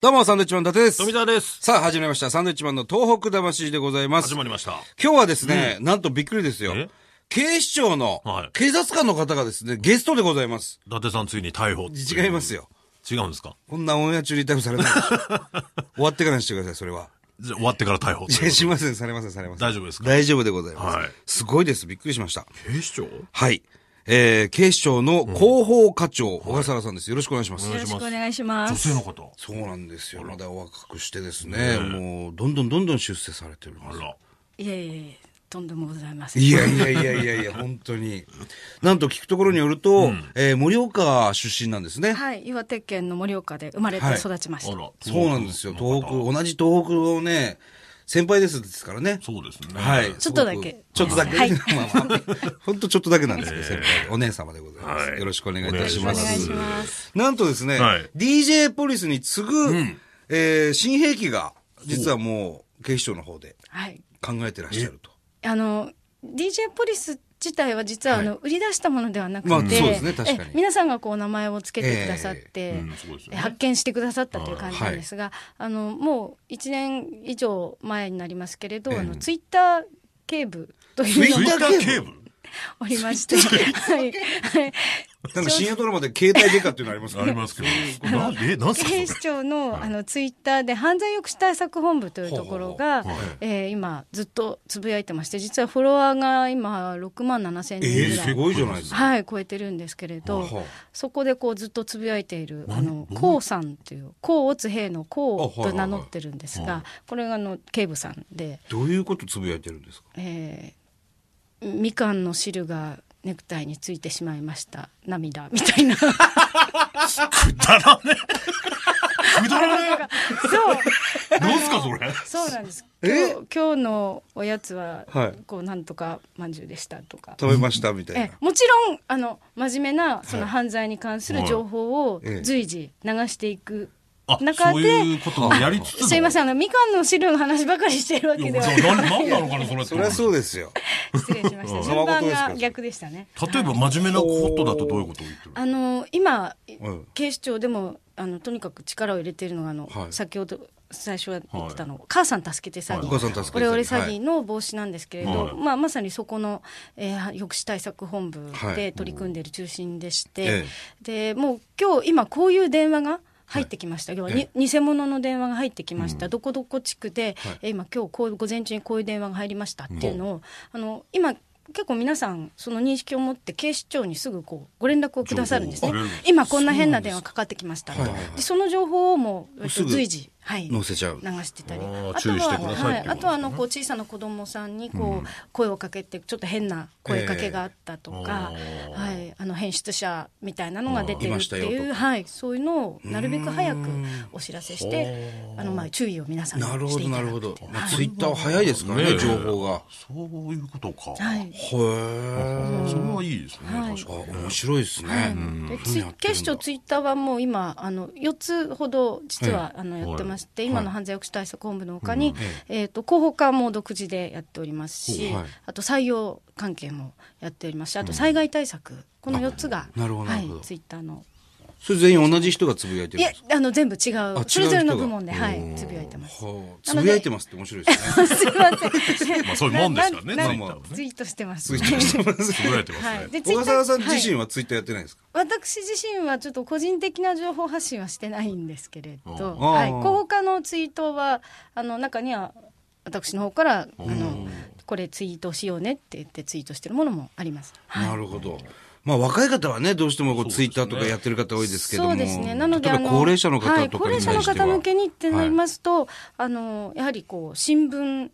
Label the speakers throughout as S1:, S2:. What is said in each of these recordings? S1: どうも、サンドウィッチマン伊達です。
S2: 富澤です。
S1: さあ、始まりました。サンドウィッチマンの東北魂でございます
S2: 始。まりました。
S1: 今日はですね、なんとびっくりですよ
S2: え。
S1: 警視庁の
S2: はい
S1: 警察官の方がですね、ゲストでございます。
S2: 伊達さんついに逮捕。
S1: 違いますよ。
S2: 違うんですか
S1: こんなオンエア中に逮捕されないでしょ。終わってからにしてください、それは。
S2: じゃあ終わってから逮捕。
S1: いや しません、されません、されません。
S2: 大丈夫ですか
S1: 大丈夫でございます。
S2: はい
S1: すごいです、びっくりしました。
S2: 警視庁
S1: はい。えー、警視庁の広報課長、小笠原さんです。よろしくお願いします。
S2: お
S3: よ
S2: 願
S3: ろ
S2: いし
S3: し
S2: ま
S3: くお
S2: す
S3: 願いしま
S2: 女
S3: す。
S2: 性の方。
S1: そうなんですよ。まだお若くしてですね、もう、どんどんどんどん出世されてるんです
S2: あら。
S3: いえいえ、とんでもございません。
S1: いやいやいやいやいや、本当に。なんと聞くところによると、えー盛岡出身なんですね。
S3: はい、岩手県の盛岡で生まれて
S1: はい
S3: 育ちました。
S2: あら。
S1: そうなんですよ。東北、
S2: の方
S1: 同じ東北をね、先輩ですですからね。
S2: そうですね。
S1: はい。
S3: ちょっとだけ
S1: ちょっとだけ。
S3: はい
S1: 本当ちょっとだけなんですけど、先輩で。お姉様でございます。
S2: はい
S1: よろしくお願いいたし
S3: お
S1: ま
S3: 願い
S1: す。
S3: します。
S1: なんとですね、
S2: はい
S1: DJ ポリスに次ぐ、えー新兵器が、実はもう、警視庁の方で
S3: はい。
S1: 考えてらっしゃると。
S3: あの、DJ ポリス自体は実はあの、売り出したものではなくて、
S1: まあそうですね確かに
S3: え皆さんがこう名前をつけてくださって、
S2: うん、そうですよね。
S3: 発見してくださったという感じなんですが、あのもう1年以上前になりますけれど、あのツイッター警部というの
S2: ツイ
S3: が
S2: ッターケーブル
S3: おりまして、はい、はい
S1: なんか深夜ドラマで携帯デカっていうのありますか
S2: あ
S1: ら
S2: りますけど。なえ、なんすかそれ
S3: 警視庁のあのツイッターで犯罪抑止対策本部というところが、
S2: ほうほうほう
S3: えー今ずっとつぶやいてまして実はフォロワーが今6万7千人
S1: ええ
S3: ぐらい、
S1: すごいじゃないですか。
S3: はい、超えてるんですけれど、
S1: はあ
S3: そこでこうずっとつぶやいているあの
S2: 何
S3: こうさんというこうおつ兵のこ
S1: あ
S3: う
S1: はい
S3: と
S1: はいは
S3: 名
S1: い
S3: 乗ってるんですがこれがあの警部さんで、
S1: どういうことつぶやいてるんですか
S3: えーみかんの汁がネクタイについてしまいました涙みたいな。
S2: くだらねえ。くだらね
S3: そう
S2: え。なんすかそれ。
S3: そうなんです。
S1: え
S3: 今日今日のおやつは、
S1: はい
S3: こうなんとか饅頭でしたとか。
S1: 食べましたみたい
S3: え
S1: な。
S3: もちろんあの真面目なその犯罪に関する情報を
S1: ええ
S3: 随時流していく
S2: あ、
S3: 中
S2: そう
S3: で、
S2: いうことをやりつつの。
S3: すいませ
S2: ん。
S3: んあのみかんの汁の話ばかりしてるわけでは
S2: じゃあ、ななんなのかなそれって
S1: そりゃそうですよ。
S3: 失礼しま した
S1: うん
S3: 順
S1: まこと
S3: 番
S1: ですから
S3: が逆でしたね
S2: 例えば真面目なことだとどういうことを言ってる
S3: あの今、
S1: うん
S3: 警視庁でもあのとにかく力を入れているのがあの、
S1: はい
S3: 先ほど最初は言ってたの、母さん助けて詐
S2: は
S3: 欺、
S2: い
S1: お母さん助けて。
S3: オレオレ詐
S1: は
S3: 欺
S1: い。
S3: の防止なんですけれど、
S2: はい
S3: まあ、まさにそこの、えー抑止対策本部
S1: はい
S3: で取り組んでいる中心でして、
S1: え
S3: でもう今日今こういう電話が入ってきました、要はに偽物の電話が入ってきました、どこどこ地区で、
S1: はい
S3: えー今今日こう午前中にこういう電話が入りましたっていうのを、あの今結構皆さんその認識を持って警視庁にすぐこうご連絡をくださるんですね
S2: 情報をくれるんです
S3: 今こんな変な電話かかってきましたって
S1: そうなんですはい
S3: でその情報をもうえっ
S1: す
S3: と
S1: ぐ
S3: 随時、はい、
S1: 載せちゃう。
S3: 流してたり
S2: あー
S3: あと
S2: 注意してくだ
S3: は、
S2: さい
S3: はい
S2: っていうことですね
S3: あとはあのこう小さな子供さんにこう声をかけてちょっと変な声かけがあったとか、
S2: ええ
S3: はい、あの変質者みたいなのが出て
S1: い
S3: る
S1: ま
S3: っ
S1: した
S3: て
S1: よ
S3: いう
S1: と
S3: はい、そういうのをなるべく早くお知らせしてあのまあ注意を皆さんに
S1: なる
S3: し
S1: ほ
S3: て
S1: ど、
S3: い
S1: な
S3: た
S1: る
S3: だ
S1: ほ
S3: くとい
S1: ど
S3: う。
S1: まあツイッターは早いですから
S2: ね
S1: ね、
S2: え
S1: 情報が。
S2: そういうことか。
S3: はい
S1: へえ。
S2: それはいいですね。
S3: はい
S2: 確
S1: あ、
S2: かに。
S1: 面白いです
S3: はい
S1: ね。
S3: でツイ警視庁ツイッターはもう今あの4つほど実はあのやってまして、今の犯罪抑止対策本部のほかに、えー、と広報課も独自でやっておりますし、
S1: はい
S3: あと採用関係もやっておりますしあと災害対策、この4つが
S1: なるほどな
S3: は
S1: る
S3: い
S1: ほど、
S3: ツイッターの
S1: それ全員同じ人がつぶやいてる
S3: い
S1: ん
S3: や
S1: ですか
S3: あの全部違う
S1: あ
S3: それぞれ
S1: 違
S3: の
S1: う人が
S3: 部門で、はい、つぶやいてます。
S1: はあ
S3: な
S1: つ
S3: ので
S1: ぶやいてますって面白いですね。
S3: すいません。
S2: まあそういうもんですからね
S3: なな
S2: ツイッターはね
S3: ツイートしてます。
S1: ツイッター してます。
S2: つぶやいてますね。
S3: はい。で
S1: 小笠原さん
S3: はい
S1: 自身はツイッターやってないですか
S3: 私自身はちょっと個人的な情報発信はしてないんですけれど、
S2: うん
S3: はい、
S1: あー
S3: 高課のツイートはあの中には私の方からあのこれツイートしようねって言ってツイートしてるものもあります。はい
S1: なるほど。まあ若い方はね、どうしてもこうツイッターとかやってる方多いですけども。
S3: そうですね。なので
S1: 例えば高齢者の
S3: は
S1: 方
S3: い、
S1: と
S3: 高
S1: かに
S3: 齢者
S1: 対
S3: の
S1: しては。
S3: 方向けにってなりますと、あのやはりこう新聞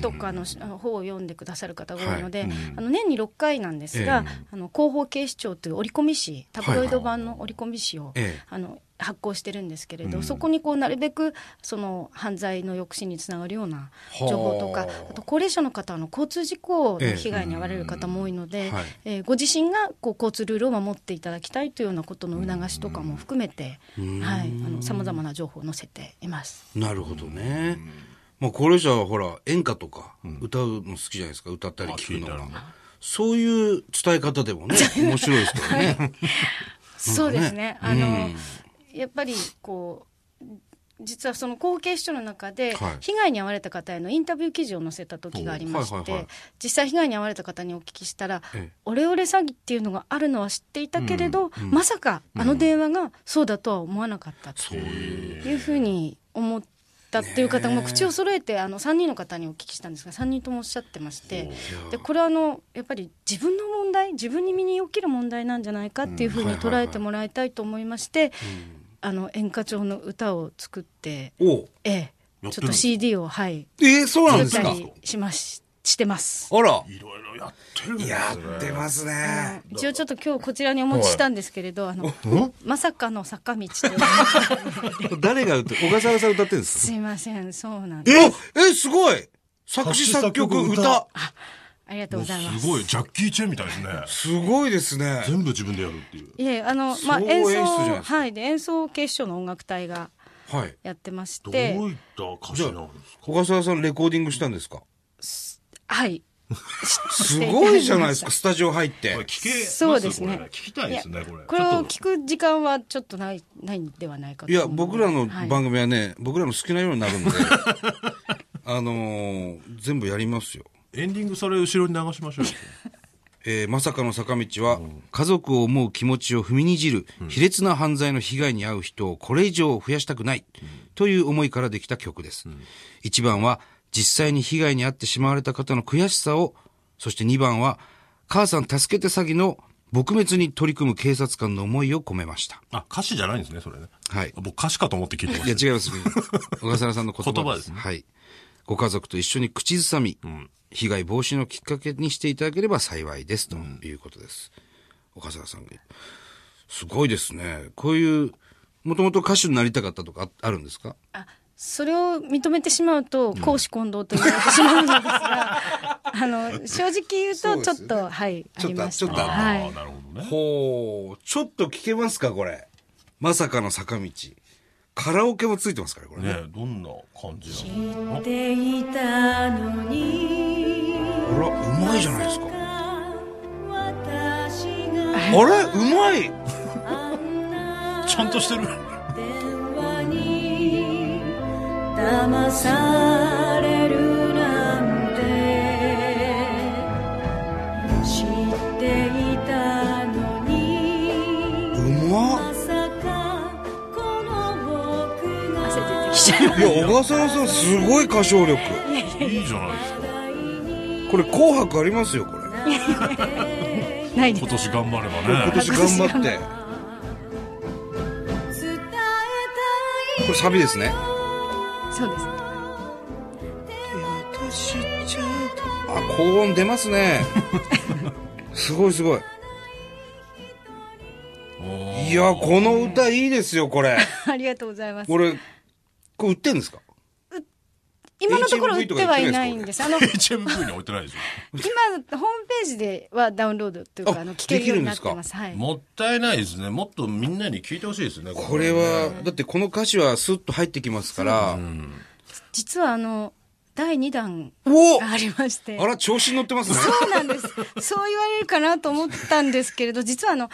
S3: とかのあの方を読んでくださる方が多いので、あの年に6回なんですが、あの広報警視庁という折り込み紙、タブロイド版の折り込み紙を、
S1: ええ
S3: あの発行してるんですけれど、そこにこうなるべくその犯罪の抑止につながるような情報と
S1: は
S3: か
S1: あ、
S3: あと高齢者の方あの交通事故の被害に遭われる方も多いので、
S1: はい
S3: えーご自身がこう交通ルールを守っていただきたいというようなことの促しとかも含めて、はい、あのさまざまな情報を載せています。
S1: なるほどね。まあ、高齢者はほら、演歌とか、歌うの好きじゃないですか、歌ったり聞くの
S2: あ聞いた
S1: が。そういう伝え方でもね、面白いですからね。
S3: そうですね。あの、やっぱりこう実はその後継市長の中で、
S1: はい
S3: 被害に遭われた方へのインタビュー記事を載せた時がありまして、
S1: おはいはいはい
S3: 実際被害に遭われた方にお聞きしたら、
S1: ええ
S3: オレオレ詐欺っていうのがあるのは知っていたけれど、まさかあの電話がそうだとは思わなかったというふうに思ったっていう方も口を揃えてあの3人の方にお聞きしたんですが3人ともおっしゃってましてでこれはあのやっぱり自分の問題自分に身に起きる問題なんじゃないかっていうふうに捉えてもらいたいと思いましてあの演歌調の歌を作って、
S1: おう
S2: や
S3: ええ、
S2: ってるんです
S3: ち
S2: か
S3: ょっと CD をはい
S1: えー、そうなん
S3: 作
S1: で
S3: っ
S1: す
S3: た
S1: か
S3: りしますしてます。
S1: あら
S2: いろいろやってるんですね
S1: やってます
S3: あの
S1: ね
S3: 一応ちょっと今日こちらにお持ちしたんですけれど、あの、まさかの坂道という
S1: 誰が歌って小笠原さん歌ってるんです
S3: すいません、そうなん
S1: え
S3: です。
S1: えすごい作詞作曲
S2: 作詞作
S1: 歌
S2: 曲歌
S3: ありがとうございます。
S2: すごい、ジャッキー・チェンみたいですね。
S1: すごいですね
S2: 全部自分でやるっていう。
S3: いえ、あの、まあ、
S1: 総合
S3: 演奏
S1: 演出じゃないですか
S3: はい、で、演奏警視庁の音楽隊が
S1: はい
S3: やってまし
S2: どう
S3: て、
S2: いった歌詞なんですか
S1: 小笠原さんレコーディングしたんですか
S3: はい。
S1: すごいじゃない ですかスタジオ入って
S2: これ聞けます
S3: そうですね
S2: これ聞きたいですね、これ。
S3: これ
S2: ちょ
S3: を
S2: っと
S3: 聞く時間はちょっとない、ないんではないかと
S1: いや、僕らの番
S3: 組。
S1: 組はね、僕らの好きなようになるんで、 あのー全部やりますよ。
S2: エンディングそれ後ろに流しましょう よ。
S1: えーまさかの坂道は、家族を思う気持ちを踏みにじる、卑劣な犯罪の被害に遭う人をこれ以上増やしたくない、という思いからできた曲です。1番は、実際に被害に遭ってしまわれた方の悔しさを、そして2番は、母さん助けて詐欺の撲滅に取り組む警察官の思いを込めました。
S2: あ、歌詞じゃないんですね、それね。
S1: はい。
S2: 僕歌詞かと思って聞いてま
S1: いや、
S2: した。
S1: 違います。 小笠原さんの言葉です。
S2: 言葉ですね
S1: はい。ご家族と一緒に口ずさみ、被害防止のきっかけにしていただければ幸いです、ということです。小笠原さんが。すごいですね。こういう、もともと歌手になりたかったとかああるんですか
S3: あそれを認めてしまうと、公私混同と言われてしまうのですが、 あの、正直言うと、ちょっと、はい、あ
S1: ちょっと
S3: りました。
S1: ちょっと
S2: あ
S3: はい
S2: あ、。なるほどね。
S1: ほう、ちょっと聞けますか、これ。まさかの坂道。カラオケもついてますから、これね。
S2: ねどんな感じなの
S4: 知っていたの
S1: あ
S4: に
S1: ら、うまいじゃないですか。
S4: 私が
S1: あれうまい
S4: あんな
S2: ちゃんと してる。
S4: 電話に騙されるなんて知っていたのに
S1: うま
S4: ま
S1: っ
S4: さかこの僕が
S3: 汗出てきちゃう。
S1: いや、小笠原さんすごい歌唱力。
S2: いいじゃないですか。
S1: これ紅白ありますよ、これ。
S3: ないです
S2: 今。年頑張れば
S1: 今
S2: ね。
S1: 年頑張って。
S4: 伝えたい
S1: これサビですね。
S3: そうです。
S1: あ、高音出ます ね。すごいすごい。 いや、この歌いいですよ、これ。
S3: ありがとうございます。
S1: これ、これ売ってんですか
S3: 今のところ売ってはいないんです。あの、今、
S2: HMV に置いてないでしょ。
S3: ホームページではダウンロードという
S1: あ
S3: か、あの、聞けるようになってます。はい。
S2: もったいないですね。もっとみんなに聞いてほしいですね。
S1: これは、だってこの歌詞はスッと入ってきますから。
S3: 実は、あの、第2弾
S1: お
S3: がありまして
S1: あ。ら、調子に乗ってますね。
S3: そうなんです。そう言われるかなと思ったんですけれど、実はあの、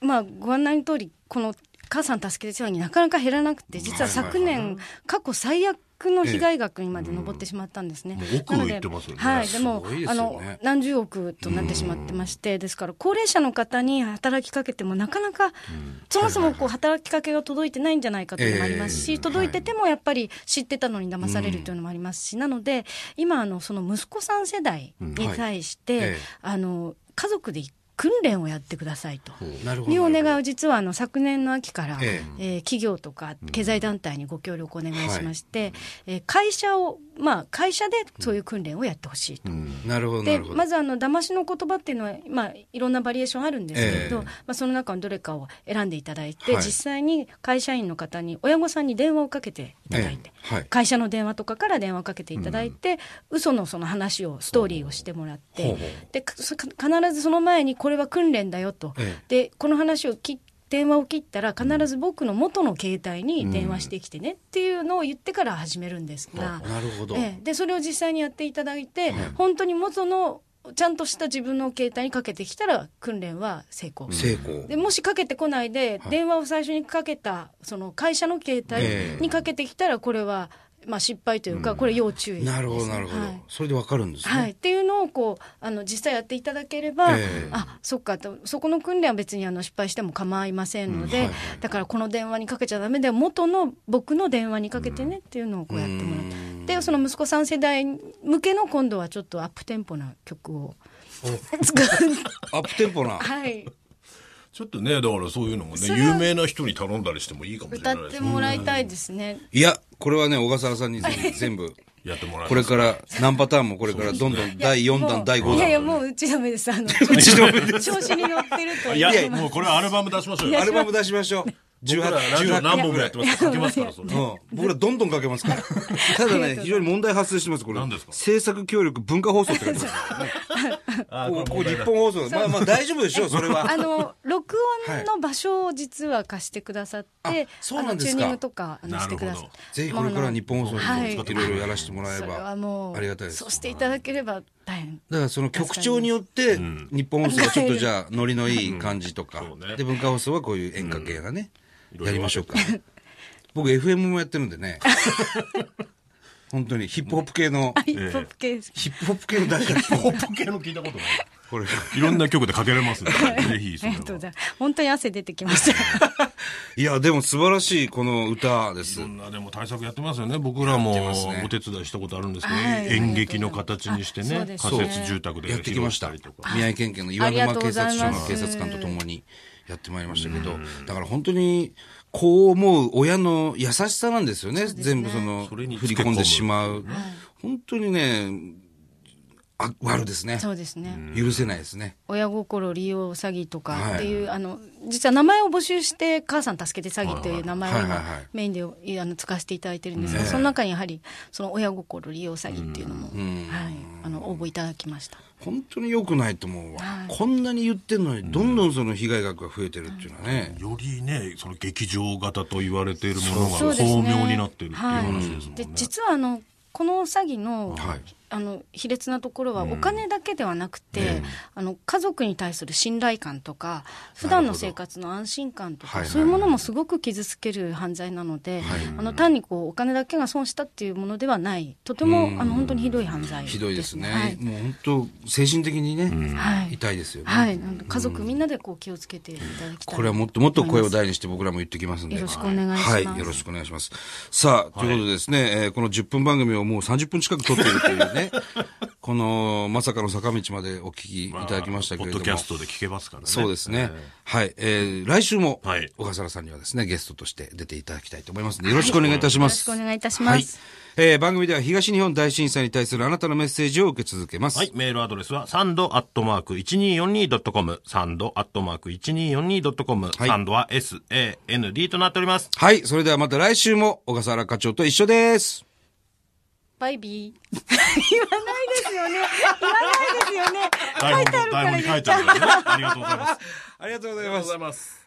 S3: まあ、ご案内の通り、この母さん助けて世話になかなか減らなくて、実は昨年、過去最悪の被害額にまで上ってしまったんですね。
S2: ええもう億を
S3: なので
S2: 言ってますよね
S3: はい、でも
S1: すごいで、す
S3: あ
S1: よ
S3: の
S1: ね、
S3: 何十億となってしまってまして、ですから、高齢者の方に働きかけても、なかなか、そもそもこう働きかけが届いてないんじゃないかというのもあります
S1: え
S3: し、
S1: え
S3: 届いててもやっぱり知ってたのに騙されるというのもありますし、なので、今、あの、その息子さん世代に対して、
S1: はいええ
S3: あの、家族で訓練をやってくださいと。
S1: なるほ
S3: い
S1: ど。
S3: うお願いを実はあの昨年の秋から、
S1: え
S3: えー企業とか経済団体にご協力をお願いしまして、えー会社を、まあ、会社でそういう訓練をやってほしいと。
S1: なるほど、な
S3: で
S1: るほど。
S3: まずあの騙しの言葉っていうのは、まあ、いろんなバリエーションあるんですけれど、
S1: ええ
S3: まあ、その中のどれかを選んでいただいて、
S1: はい
S3: 実際に会社員の方に親御さんに電話をかけていただいて、
S1: ええはい
S3: 会社の電話とかから電話をかけていただいて、嘘のその話をストーリーをしてもらって、
S1: ほうほう
S3: でかそ必ずその前にこれは訓練だよと、
S1: え
S3: でこの話をき電話を切ったら必ず僕の元の携帯に電話してきてねっていうのを言ってから始めるんですが。
S1: なるほど。
S3: ええでそれを実際にやっていただいて、本当に元のちゃんとした自分の携帯にかけてきたら訓練は成功。
S1: 成功
S3: でもしかけてこないで、
S1: はい
S3: 電話を最初にかけたその会社の携
S1: ええ
S3: 帯にかけてきたらこれは、まあ、失敗というか、これ要注意ですね、
S1: なるほどなるほど、
S3: はい
S1: それでわかるんですね、
S3: はい、っていうのをこうあの実際やっていただければ、
S1: ええ
S3: あそっかとそこの訓練は別にあの失敗しても構いませんので、
S1: うんはいはい
S3: だからこの電話にかけちゃダメで元の僕の電話にかけてねっていうのをこうやってもらって、でその息子さん世代向けの今度はちょっとアップテンポな曲を作る
S1: アップテンポな
S3: はい
S2: ちょっとね、だからそういうのもね、
S3: それ
S2: 有名な人に頼んだりしてもいいかもしれな
S3: 歌
S2: い
S3: っ
S2: で
S3: て
S2: すね。
S3: もらいたいですね。
S1: いやこれはね小笠原さんにぜひ全 部
S2: やってもらい
S1: これから何パターンもこれからどんどん第4
S3: も
S1: 弾
S3: う
S1: 第5弾
S3: いやいやもううちダメで すあの調子に乗ってると
S2: いや、もうこれはアルバム出しましょうよ。
S1: アルバム出しましょう
S2: 僕らラジオ
S1: 18
S2: 何本もやってますから書けますから、それ。
S1: うん、僕らどんどんかけますから。ただね、非常に問題発生してます、これ。
S2: 何ですか
S1: 制作協力文化放送って書い てます。
S2: あ
S1: こうこう
S2: 問題
S1: 日
S2: だ
S1: 本放送。まあまあ大丈夫でしょう、それは。
S3: あの録音の場所を実は貸してくださって、
S1: はいあそうなんですか
S3: あのチューニングとかあのしてくださ
S2: な
S3: っ
S2: るほ
S3: て
S1: ぜひこれから日本放送
S3: は
S1: に
S3: い
S1: もいろいろやらせてもらえ
S3: それはも
S1: ばあ
S3: う
S1: りがたいです
S3: そう。していただければ大変
S1: だからその局長によって日本放送はちょっとじゃあノリのいい感じとか
S2: うんそうね
S1: で文化放送はこういう演歌系がね
S2: うん
S1: やりましょうか僕 FM もやってるんで ね本当にヒップホップ系の
S3: ヒップホップ系です
S1: ヒップホップ系の誰だっけ
S2: ポップ系の聞いたことない。
S1: これ
S2: いろんな曲でかけられますんで、ぜひ、そ
S3: あ
S2: れ
S3: り
S2: は
S3: がとうございます本当に汗出てきました
S1: いやでも素晴らしいこの歌で
S2: い
S1: す
S2: ろんなでも対策やってますよね。僕らもお手伝いしたことあるんですけど、
S3: はい
S2: 演劇の形にして
S3: あそう
S2: ね、
S3: です
S2: 仮
S3: ね
S2: 設住宅で
S1: やってきました
S2: 披露りとか
S1: 宮城県警の岩沼警察署
S3: ありがとうござい
S1: の
S3: ます
S1: 警察官とともにやってまいりましたけどだから本当にこう思う親の優しさなんですよね全部その
S2: そ
S1: 振
S2: れに
S1: り
S2: つけ込む
S1: 込んでしまう本当にねあ悪ですね
S3: そうですね、
S1: 許せないですね
S3: 親心利用詐欺とかっていう、あの実は名前を募集して「母さん助けて詐欺」という名前を
S1: はいはい
S3: 今
S1: はい
S3: メインであの使わせていただいてるんですが、その中にやはりその親心利用詐欺っていうのも、はい、あの応募いただきました。
S1: 本当に良くないと思うわ
S3: はい
S1: こんなに言ってんのにどんどんその被害額が増えてるっていうのはね
S2: よりね、その劇場型と言われているもの
S3: そう
S2: が
S3: ですね
S2: 巧妙になってるっていう話ですもん
S3: で
S2: ね。
S3: 実はあのこの詐欺の,、
S1: はい
S3: あの卑劣なところはお金だけではなくて、あの家族に対する信頼感とか普段の生活の安心感と
S1: は
S3: か、
S1: いはい
S3: そういうものもすごく傷つける犯罪なので、あの単にこうお金だけが損したっていうものではないとても、あの本当にひどい犯罪です、
S1: ひ
S3: ね、
S1: どいですねもう本当精神的にね
S3: はい、はい
S1: 痛いですよね
S3: はい、なんで家族みんなでこう気をつけていただきたい
S1: これはもっともっと声を大にして僕らも言ってきますんで。
S3: よろしくお願いします
S1: はい、よろしくお願いします。さあ、ということでですね、えーこの10分番組をもう30分近く撮っているという ね、このまさかの坂道までお聞きい
S2: まあ
S1: ただきましたけれども。
S2: ポッドキャストで聞けますからね。
S1: そうですね。はい、えー来週も
S2: はい、
S1: 小笠原さんにはですね、ゲストとして出ていただきたいと思いますので、よろしくお願いいたします。
S3: よろしくお願いいたします
S1: はい。えー番組では東日本大震災に対するあなたのメッセージを受け続けます。
S2: はい、メールアドレスは、サンドアットマーク 1242.com、サンドアットマーク 1242.com、
S1: はい
S2: サンドは SAND となっております。
S1: はい、それではまた来週も小笠原課長と一緒です。
S3: バイビー言わないですよね言わないですよね
S2: 台本、台本に書いてあるからね。ありがとうございます。
S1: ありがとうござい
S2: ありがとう
S1: ま
S2: ご
S1: す
S2: ざい。ます。